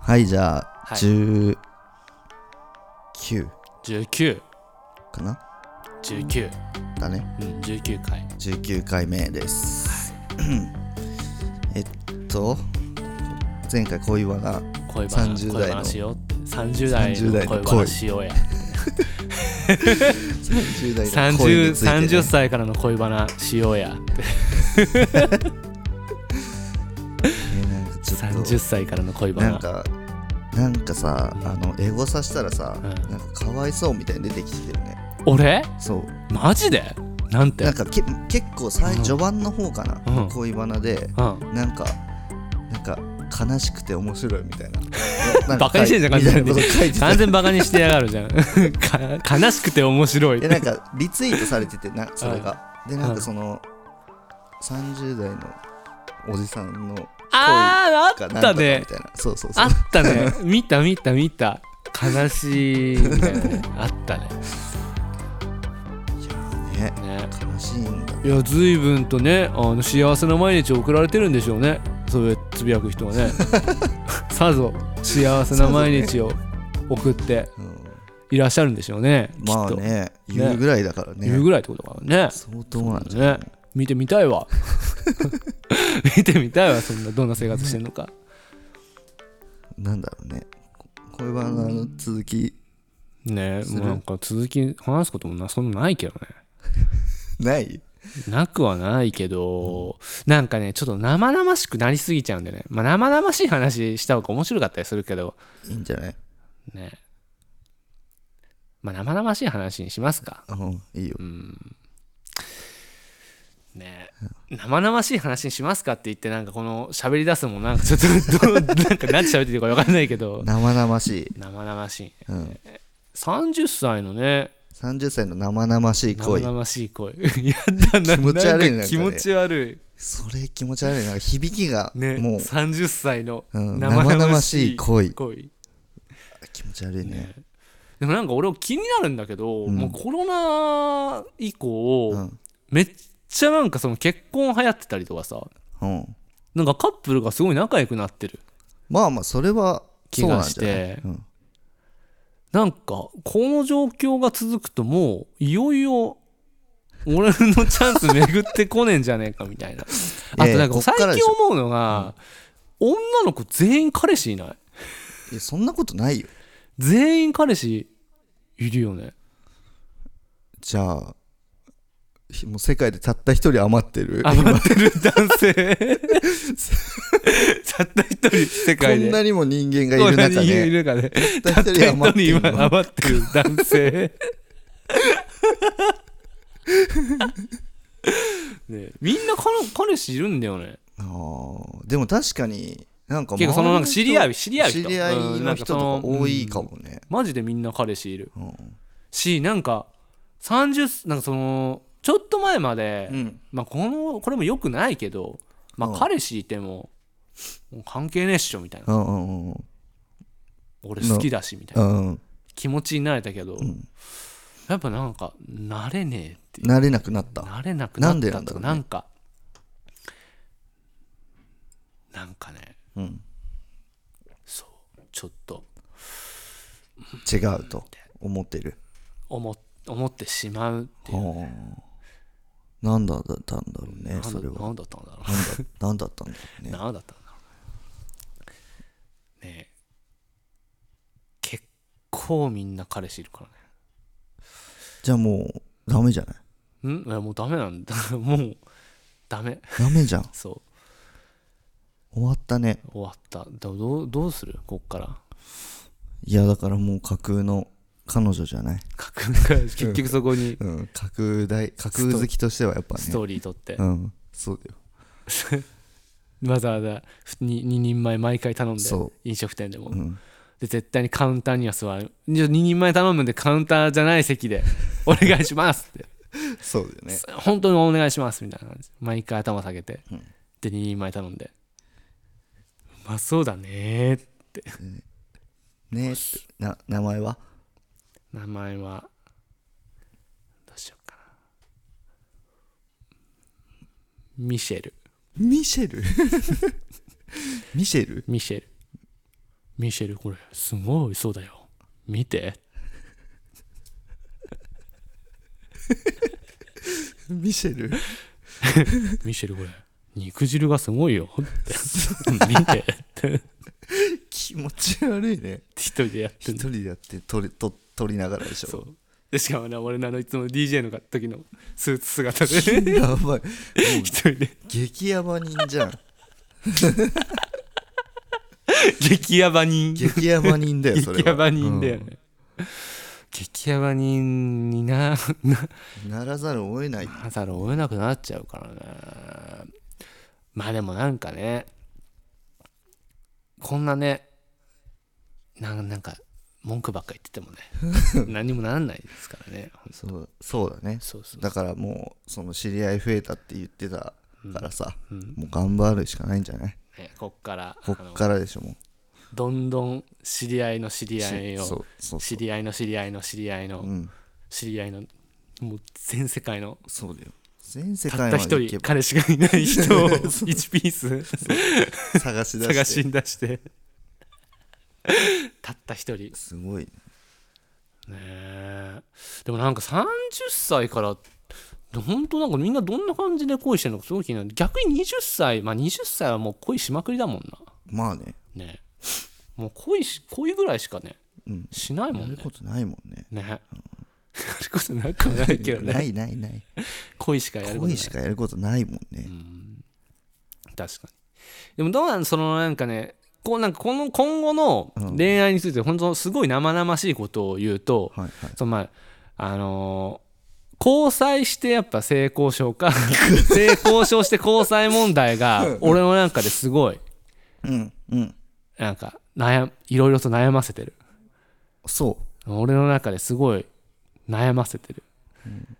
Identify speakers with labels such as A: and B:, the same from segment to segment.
A: はいじゃあ、
B: はい
A: 19
B: 1919
A: かなだね
B: うん19回
A: 19回目です、 えっと前回恋バナ
B: 恋バナ
A: 30
B: 恋バナしようって30代
A: 30代
B: の
A: の
B: 恋
A: 恋
B: バナしようや
A: 30代 の恋に
B: 30,
A: ついて、ね、
B: 30歳からの恋バナしようや
A: えなんかちょっと
B: 30歳からの恋バ
A: なん
B: ナ
A: かなんかさあのエゴさしたらさ、
B: うん
A: なんかかわいそうみたいに出てきてるね
B: 俺
A: そう
B: マジでなんて
A: なんかけ結構最
B: うん
A: 序盤の方かな、
B: うん
A: 恋バナで
B: うん
A: なんかなんか悲しくて面白いみ たいなな
B: バカにしてんじゃん
A: かみたい
B: 完全に
A: なこと書い てた
B: 完全バカにしてやがるじゃん か悲しくて面白い
A: でなんかリツイートされててなそれがでなんかその30代のおじさんの
B: あー
A: か
B: あっ
A: なんだ
B: た
A: かみた
B: ね
A: いなそうそうそう
B: あったね見た見た見た悲しいみたいなねあったね
A: ね
B: ね
A: 悲しいんだ
B: いや随分とねあの幸せな毎日を送られてるんでしょうねそういうつぶやく人 はねさぞ幸せな毎日を送って
A: うん
B: いらっしゃるんでしょうねき
A: ま
B: っ
A: あ
B: と、
A: ね言うぐらいだから
B: 言う
A: ね
B: ぐらいってことかね
A: 相当なんじゃない
B: ね見てみたい わ見てみたいわそんなどんな生活してんのか
A: なんだろうねこ恋バナの続き
B: ねもうなんか続き話すこともなそんなないけどね
A: ない
B: なくはないけど、なんかねちょっと生々しくなりすぎちゃうんでね、まあ、生々しい話した方が面白かったりするけど
A: いいんじゃない
B: ねまあ生々しい話にしますか
A: うんいいよ
B: ね生々しい話にしますかって言ってなんかこの喋り出すのもなんかちょっ とどうなんか何喋っていいか分かんないけど
A: 生々しい
B: 生々しいね
A: うん
B: 30歳のね
A: 30歳の生々しい
B: 生
A: 恋
B: 々しい声 やだな
A: 気持ち悪いね
B: なんか気
A: なんかね
B: 持ち悪
A: それ気持ち悪いな響きが
B: いね
A: もう
B: 30歳の
A: うん
B: 生々しい
A: 生々しい恋
B: 恋
A: 気持ち悪いね
B: でもなんか俺は気になるんだけど、
A: ん
B: もうコロナ以降、
A: うん
B: めっちゃなんかその結婚流行ってたりとかさ
A: うん
B: なんかカップルがすごい仲良くなってる
A: まあまあそれは
B: 気
A: そうなん
B: が
A: じゃない
B: して
A: うん
B: なんかこの状況が続くともういよいよ俺のチャンス巡ってこねえんじゃねえかみた いなあとなん
A: こ
B: か
A: っから
B: 最
A: で
B: 近
A: しょ
B: 思うのが、女の子全員彼氏いない
A: いやそんなことないよ
B: 全員彼氏い るよね
A: じゃあひもう世界でたった一人余ってる
B: 余ってる男性 たった一人世
A: こ
B: 界で
A: んなにも人間がいる中
B: こんなにい
A: で
B: る中で
A: た
B: た
A: っ
B: ったた
A: 一人
B: 一
A: 余って
B: 人
A: る
B: 今
A: の
B: 余ってる 男性ねみんな彼彼氏いるんだよね
A: あーでも確かになんか
B: 結構そのなんか知り合
A: い
B: い知り合い人
A: 知り合い
B: うんな
A: の
B: ん
A: 人と
B: かそ
A: か
B: の
A: 多いか
B: うん
A: もね
B: マジでみんな彼氏いる
A: うん
B: しなんか30なんかそのちょっと前まで、
A: うん
B: まあ、このこれもよくないけど、ま
A: うん
B: あ、彼氏いても,、もう関係ねえっしょみたいな
A: うんうんうん
B: 俺好きだしみたいな
A: うんうん
B: 気持ちになれたけど、
A: ん
B: やっぱなんか慣れねえっていう
A: 慣れなくなった
B: 慣れなくな
A: なん
B: っ
A: で
B: た
A: なんだろ
B: とか
A: うね
B: なんかなんかね
A: うん
B: そうちょっと
A: 違うと思ってる
B: 思思ってしまうっていう
A: はあなんだったんだろうね
B: なん
A: そ
B: だ
A: れは
B: なんだったんだ
A: な
B: ろ
A: んだ なんだったんだろう
B: う
A: ね
B: 何だったんだろうねえ結構みんな彼氏いるからね
A: じゃあもうダメじ ゃない
B: んいやもうダメなんだ もうダメ
A: ダメじゃん
B: そ
A: 終わったね
B: う終わったどどうどうするこ っから
A: いやだからもう架空の彼女じゃない、
B: 架空結局そこに
A: うん、架空大架空好きとしてはやっぱね
B: ストーリー撮って
A: うんそうだよ
B: わざわざ2人前毎回頼んで
A: そ
B: 飲食店でも、
A: う、うん、
B: で絶対にカウンターには座る2人前頼むんでカウンターじゃない席で お願いしますって
A: そうだよね
B: 本当にお願いしますみたいな感じ毎回頭下げて、で2人前頼んでうまそうだねー
A: ねえってな名前は
B: 名前はどうしようかなミシェル
A: ミシェルミシェル
B: ミシェルミシェルこれすごい美味しそうだよ見て
A: ミシェル
B: ミシェルこれ肉汁がすごいよって見てって
A: 気持ち悪いね
B: 一人でやっ
A: 一
B: てんの
A: 人でやって撮り撮撮りながらでし
B: そ
A: ょ
B: う でしかもね俺のあのいつも DJ の時のスーツ姿 で
A: やばいもう
B: 一人で
A: 激ヤバ人じゃん
B: 激ヤバ人
A: 激ヤバ人だ よそれは
B: 激ヤバ人だよね、激ヤバ人にな
A: うんならざるを得ない
B: なざるを得なくなっちゃうからねまあでもなんかねこんなねななんか文句ばっか言ってても ね何にもならないですからね
A: そうそうだね
B: そうそう
A: だからもうその知り合い増えたって言ってたからさ、
B: うん
A: もう頑張るしかないんじゃない
B: ねこっから
A: こ
B: あ
A: っ
B: の
A: からでしょも
B: どんどん知り合いの知
A: う
B: り合い
A: そ
B: を
A: うそうそ、
B: 知り合いの知り合いの知り合いうの
A: うん、
B: 知り合いのもう全世界の
A: そうだよ全世
B: たっ
A: 界
B: た
A: ま
B: 一
A: で行け
B: 人
A: ば
B: 彼氏がいな い人を1ピース
A: 探し出して
B: 探し出してたった一人
A: すごいね
B: ねえでもなんか30歳から本当なんかみんなどんな感じで恋してるのかすごい気になる逆に20歳まあ20歳はもう恋しまくりだもん
A: まあね
B: なねえもう恋し恋ぐらいしかね
A: うん
B: しないも
A: や
B: ん
A: る
B: ね
A: ことないもんね
B: ねえやることなくはないけど
A: な
B: ね
A: いないない
B: 恋しかやることな
A: 恋
B: い
A: しかやることないもんね、
B: 確かにでもどうなんそのなんかねこうなんかこの今後の恋愛について本当すごい生々しいことを言うと、
A: はいはい
B: そのまああのー交際してやっぱ性交 渉か性交渉して交際問題が俺の中ですごい
A: うんうん
B: なんか悩いろいろと悩ませてる
A: そ
B: 俺の中ですごい悩ませてる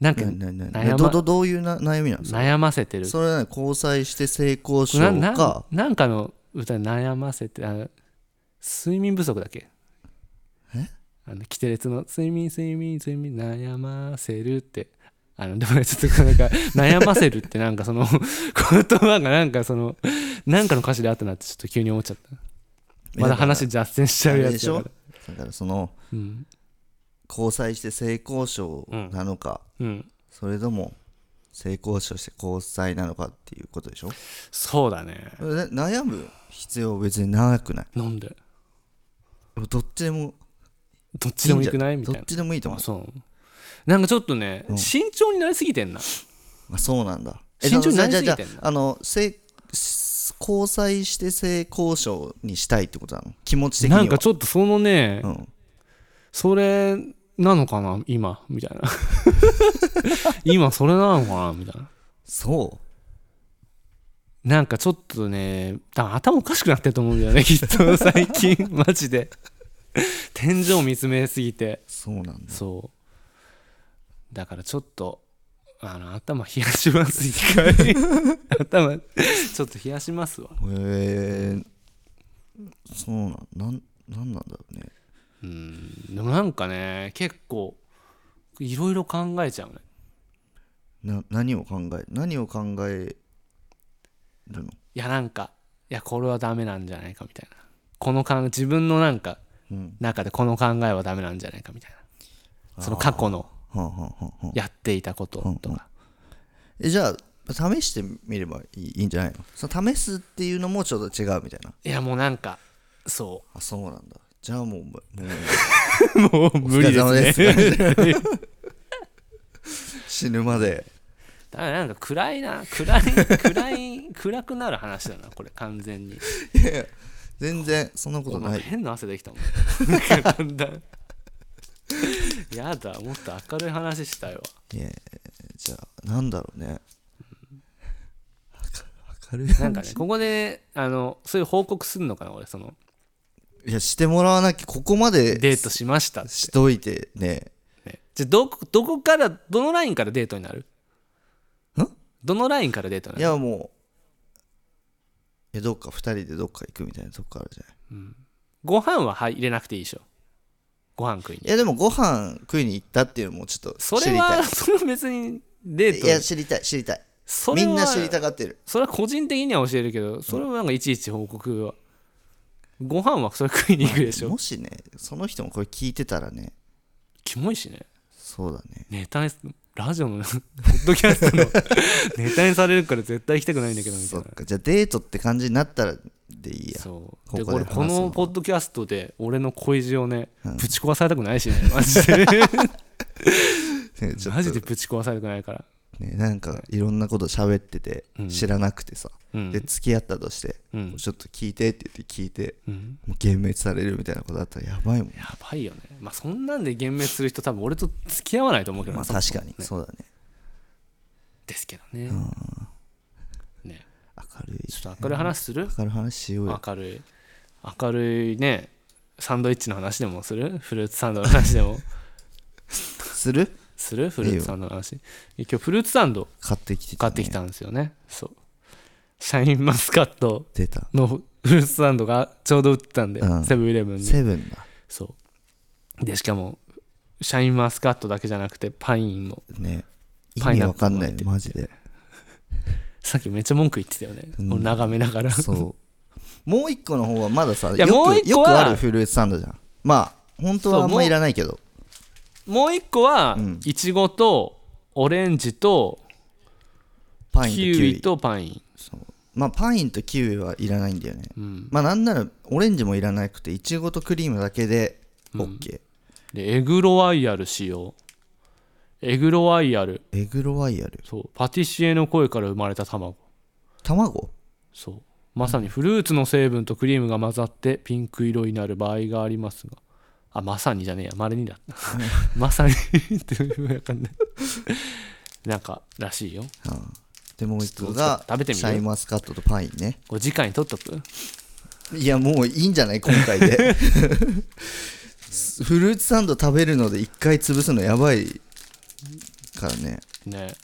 B: なん
A: う
B: か
A: なになにな
B: 悩ま
A: にどどどういうな悩みなんですか
B: 悩ませてる
A: それはね交際して性交渉
B: なな
A: か
B: なんかの歌で悩ませてあの睡眠不足だっけあのキテレツの「睡眠睡眠睡眠悩ませる」ってあのでもねちょっとなんか「悩ませる」ってなんかその 言葉がなんかそのなんかの歌詞であったなってちょっと急に思っちゃったまだ話脱線しちゃう
A: あれ
B: や
A: で
B: つ
A: し
B: だか
A: ょ
B: ら
A: だからその
B: うん
A: 交際して性交渉なのか、
B: うん
A: それとも性交渉して交際なのかっていうことでしょ
B: そうだね
A: で悩む必要別に長くない
B: なんで
A: どっちでも
B: どっちでもよくないみたい
A: ど
B: な
A: っちでもいいと思
B: あそうなんかちょっとね、慎重になりすぎてんな
A: うあそうなんだ
B: 慎重になり
A: じゃ
B: す
A: あ
B: ぎ
A: じ
B: て
A: ゃ
B: ん
A: あ
B: だ
A: じゃああの性交際して性交渉にしたいってことなの気持ち的には
B: なんかちょっとそのね、
A: うん、
B: それなのかな今みたいな 今それなのかなみたいな
A: そ
B: なんかちょっとね多分頭おかしくなってると思うんだよねきっと最近 マジで天井見つめすぎて
A: うそうなんだ
B: そうだからちょっとあの頭冷やします一回 頭ちょっと冷やしますわ
A: へえそうなんなんなんなんだろうね
B: うんでもなんかね結構いろいろ考えちゃうね
A: な何を考え何を考えるの
B: いやなんかいやこれはダメなんじゃないかみたいなこの考え自分のなんか
A: うん
B: 中でこの考えはダメなんじゃないかみたいなその過去の
A: はあ、はあはあはあ、
B: やっていたこととか
A: えじゃあ試してみればいいいいんじゃないのその試すっていうのもちょっと違うみたいない
B: やもうなんかそ
A: あそうなんだじゃあもうもう
B: うもう無理
A: お疲れ
B: で
A: 様
B: すね
A: 死ぬまで
B: だからなんか暗いな暗い暗い暗くなる話だなこれ完全に
A: 全然そんなこと
B: お
A: な
B: 前
A: い
B: 変な汗できたもんなんかだんだんやだもっと明るい話したいわ
A: いやじゃあなんだろうね明るい
B: なんかねここであのそういう報告するのかな俺その
A: いやしてもらわなきゃここまで
B: デートしましたって
A: しといてね
B: ねじゃあどこどこからどのラインからデートになる
A: ん
B: どのラインからデートに
A: い
B: なる
A: やもうえどっか2人でどっか行くみたいなとこあるじゃない
B: ご飯は入れなくていいでしょご飯食いに
A: いやでもご飯食いに行ったっていうのもちょっと
B: そ
A: 知
B: れ
A: りた
B: はいそれは別にデー
A: いや
B: ト
A: 知りたい知りたい
B: それ
A: み
B: は
A: んな知りたがってる
B: それは個人的には教えるけどそれはなんかいちいち報告はご飯はそれ食いに行くでしょ
A: もしねその人もこれ聞いてたらね
B: キモいしね
A: そうだね
B: ネタにラジオのポッドキャストの ネタにされるから絶対行きたくないんだけどみた
A: そ
B: い
A: っ
B: な
A: かじゃあデートって感じになったらでいいや
B: そうで
A: ここで
B: 俺
A: 話すの
B: このポッドキャストで俺の恋路をね、
A: うん
B: ぶち壊されたくな いしねマジで
A: ねちょっと
B: マジでぶち壊されたくないから、
A: ねなんかいろんなこと喋ってて
B: うん
A: 知らなくてさ、
B: うん
A: で付き合ったとして、
B: うん
A: ちょっと聞いてって言って聞いて
B: うん、
A: もう幻滅されるみたいなことだったらやばいもん
B: やばいよねまあそんなんで幻滅する人多分俺と付き合わないと思うけど
A: まあ
B: な
A: 確かに
B: ね
A: そうだね
B: ですけどね、ね
A: 明るい
B: ちょっと明るい話する
A: 明るい話しようよ
B: 明るい明るいねサンドイッチの話でもするフルーツサンドの話でも
A: する
B: するフルーツサンドの話今日フルーツサンド
A: 買ってきて
B: 買ってき
A: ね
B: たんですよねそうシャインマスカット
A: 出た
B: のフルーツサンドがちょうど売ってたんで、
A: うん
B: セブンイレブンで
A: セブンだ
B: そうでしかもシャインマスカットだけじゃなくてパインも
A: ね意
B: パイ
A: 味
B: ナッ
A: わ
B: プル
A: かん
B: も
A: な
B: 入
A: い
B: ってて
A: マジで
B: さっきめっちゃ文句言ってたよね、
A: うん
B: 俺眺めながら
A: そう もう一個の方はまださ
B: いや
A: よく
B: もう一個
A: よ
B: は
A: くあるフルーツサンドじゃんまあ本当はあん
B: そうも
A: ま
B: う
A: いらないけど
B: もう一個は
A: うん
B: いちごとオレンジと
A: パインとキ
B: キウ
A: ウ
B: イ
A: イ
B: とパイン
A: まあパインとキウイはいらないんだよね
B: うん、
A: まあなんならオレンジもいらなくていちごとクリームだけで
B: うん
A: OK
B: でエグロワイヤル使用エグロワイヤル
A: エグロワイヤル
B: そうパティシエの声から生まれた卵
A: 卵
B: そうまさにフルーツの成分とクリームが混ざってピンク色になる場合がありますがあまさにじゃねえやまれにだったまさにって分かんないなんからしいよ
A: うんでもう一個が
B: ちょっと食べてみる
A: シャインマスカットとパインね
B: これ次回に取っとく
A: いやもういいんじゃない今回で フルーツサンド食べるので一回潰すのやばいからね
B: ね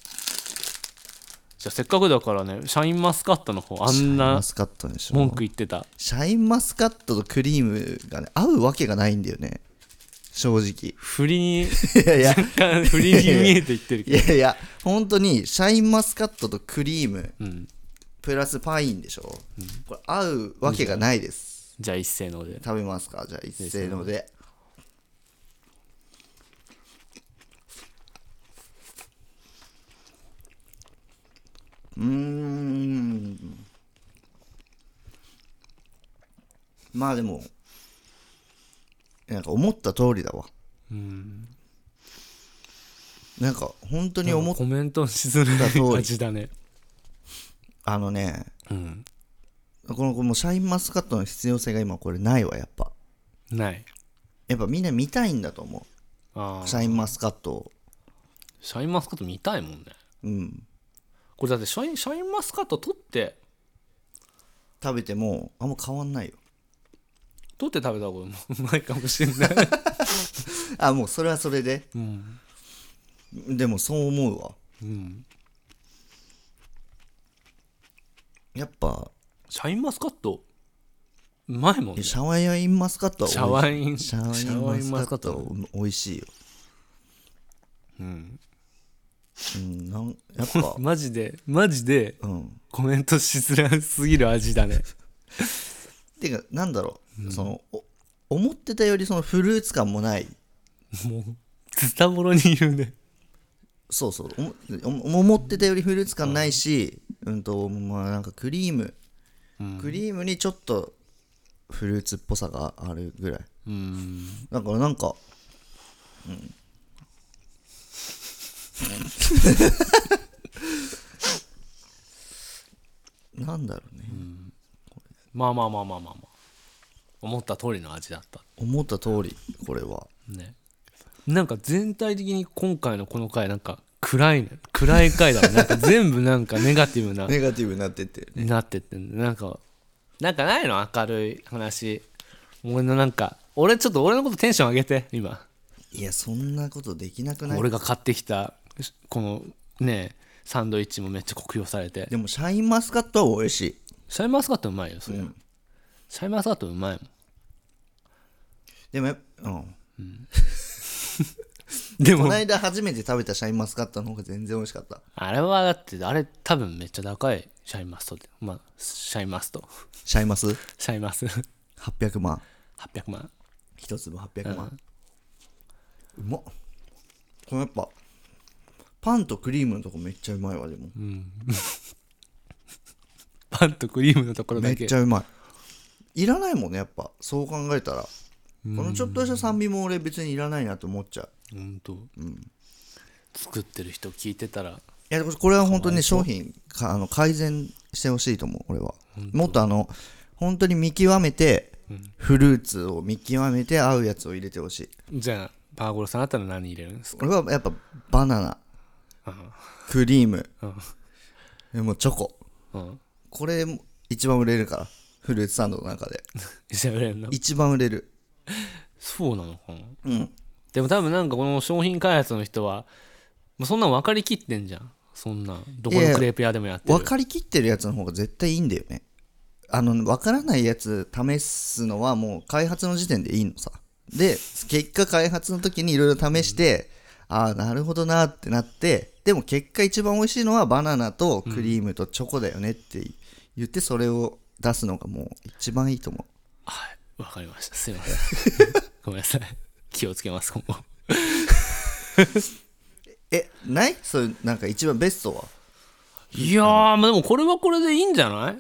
B: じゃあせっかくだからねシャインマスカットの方あ
A: シャイ
B: ん
A: ン
B: な
A: マスカットでしょ
B: 文句言ってた
A: シャインマスカットとクリームがね合うわけがないんだよね正 直
B: 振りに
A: いやいや
B: 若干振りに見えていってるけ
A: いやいや本当にシャインマスカットとクリーム
B: ど、うん、
A: プラスパインでしょ、これ合うわけがないです、
B: じゃあ一斉ので
A: 食べますかじゃあ一斉のでうーんまあでもなんか思った通りだわ
B: うん
A: なんか本当に思っ
B: コメントしづらい感じだね
A: あのね
B: うん
A: このこのシャインマスカットの必要性が今これないわやっぱ
B: ない
A: やっぱみんな見たいんだと思
B: あ
A: う
B: あ
A: シャインマスカットを
B: シャインマスカット見たいもんね
A: うん
B: これだってシャインシャインマスカット取って
A: 食べてもあんま変わんないよ
B: 取って食べた方がうまいかもしれない、
A: あもうそれはそれで
B: うん
A: でもそう思うわ
B: うん、
A: やっぱ
B: シャインマスカットうまいもんね
A: シャワーインマスカットは
B: シャワイン
A: シャワ
B: シャワ
A: イ
B: イ
A: ン
B: ン
A: マ
B: マ
A: ス
B: ス
A: カ
B: カ
A: ッ
B: ッ
A: ト
B: ト
A: は美味しいよ
B: うん、
A: うんなんやっ ぱ
B: マジでマジで
A: うん
B: コメントしづらすぎる味だね
A: てかなんだろう、そのお思ってたよりそのフルーツ感もない
B: もうズタボロにいるね
A: そうそうおも思ってたよりフルーツ感ないし、うん、とまあなんかクリーム、
B: うん
A: クリームにちょっとフルーツっぽさがあるぐらい
B: うん
A: だからなんかうん なんだろうね、
B: まあまあまあまあまあまあ思った通りの味だった
A: 思った通りこれは
B: ねなんか全体的に今回のこの回なんか暗いね暗い回だねなんか全部なんかネガティブな
A: ネガティブになってってるね
B: なってってんだなんかなんかないの明るい話俺のなんか俺ちょっと俺のことテンション上げて今
A: いやそんなことできなくない
B: 俺が買ってきたこのねサンドイッチもめっちゃ酷評されて
A: でもシャインマスカットは美味しい
B: シャインマスカットうまいよそれ、シャインマスカットうまいもん
A: でもやっぱうん
B: で
A: こ
B: も
A: の間初めて食べたシャインマスカットの方が全然美味しかった
B: あれはだってあれ多分めっちゃ高いシャインマストってまあシャインマスト
A: シャインマス
B: シャインマス
A: 800万
B: 800万
A: 一粒800万、うまっこのやっぱパンとクリームのとこめっちゃうまいわでも
B: パンとクリームのところ
A: め
B: だ
A: っ
B: け
A: ちゃうまいいらないもんねやっぱそう考えたらこのちょっとした酸味も俺別にいらないなと思っちゃう
B: 本当、作ってる人聞いてたら
A: いやこれは本当にね商品かあの改善してほしいと思う俺はもっとあの本当に見極めて、フルーツを見極めて合うやつを入れてほしい
B: じゃあパーゴロさんあったら何入れるんですか
A: 俺はやっぱバナナクリームでもチョコ
B: うん
A: これも一番売れるからフルーツサンドの中で
B: しゃべれんの
A: 一番売れる
B: そうなのかな
A: うん
B: でも多分なんかこの商品開発の人はもうそんなん分かりきってんじゃんそんなんどこ
A: いやい
B: の
A: や
B: クレープ屋でもやってる
A: 分かりきってるやつの方が絶対いいんだよねあの分からないやつ試すのはもう開発の時点でいいのさで結果開発の時にいろいろ試して、ああなるほどなってなってでも結果一番美味しいのはバナナとクリームとチョコだよねって言ってそれを出すのがもう一番いいと思う
B: はい分かりましたすいません ごめんなさい気をつけます今後
A: えないそういうなんか一番ベストは、
B: いやーまあでもこれはこれでいいんじゃない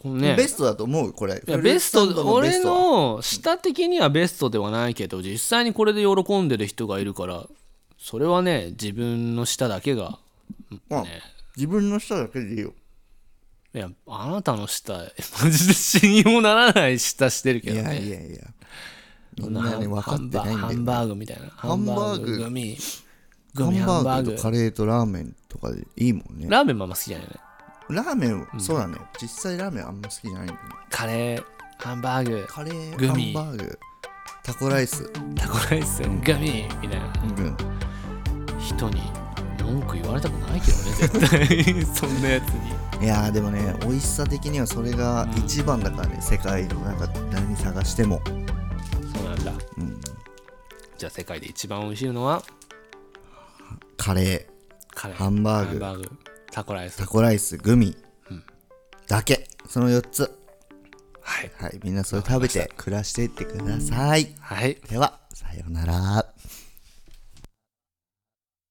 B: このね
A: ベストだと思うこれ
B: いやベスト
A: フルーツサンドのベ
B: 俺
A: ストは
B: の舌的にはベストではないけど実際にこれで喜んでる人がいるからそれはね自分の舌だけが
A: うん自分の舌だけでいいよ
B: いやあなたの舌マジで死にもならない舌してるけ
A: い
B: ど
A: や
B: ね
A: いやいやみ
B: そ
A: ん
B: な
A: なね分かってないんだよね
B: ハンバーグみたいなハ
A: ン
B: ン
A: バ
B: バ
A: ー
B: ー
A: グ
B: ググミグ
A: ハ
B: ミ
A: ン
B: ハン
A: バ
B: バー
A: ー
B: グ
A: グとカレーとラーメンとかでいいもんね
B: ラーメンもあんま好きじゃないよね
A: ラーメン、そうだね実際ラーメンあんま好きじゃないんだよね
B: カレーハンバーグ
A: カレー
B: グ
A: ハ
B: ミ
A: ンバーグタコライス
B: タコライスグミみたいな
A: うん
B: 人に文句言われたくないけどね絶 対そんなやつに
A: いやーでもね美味しさ的にはそれが一番だからね、世界のなんか何探しても
B: そうなんだ
A: うん
B: じゃあ世界で一番美味しいのは
A: カレー
B: カレー
A: ハンバーグ
B: ハンバーグタコライス
A: タコライスグミ、だけその4つ
B: はい
A: はいみんなそれ食べて暮らしていってください
B: はい
A: ではさようなら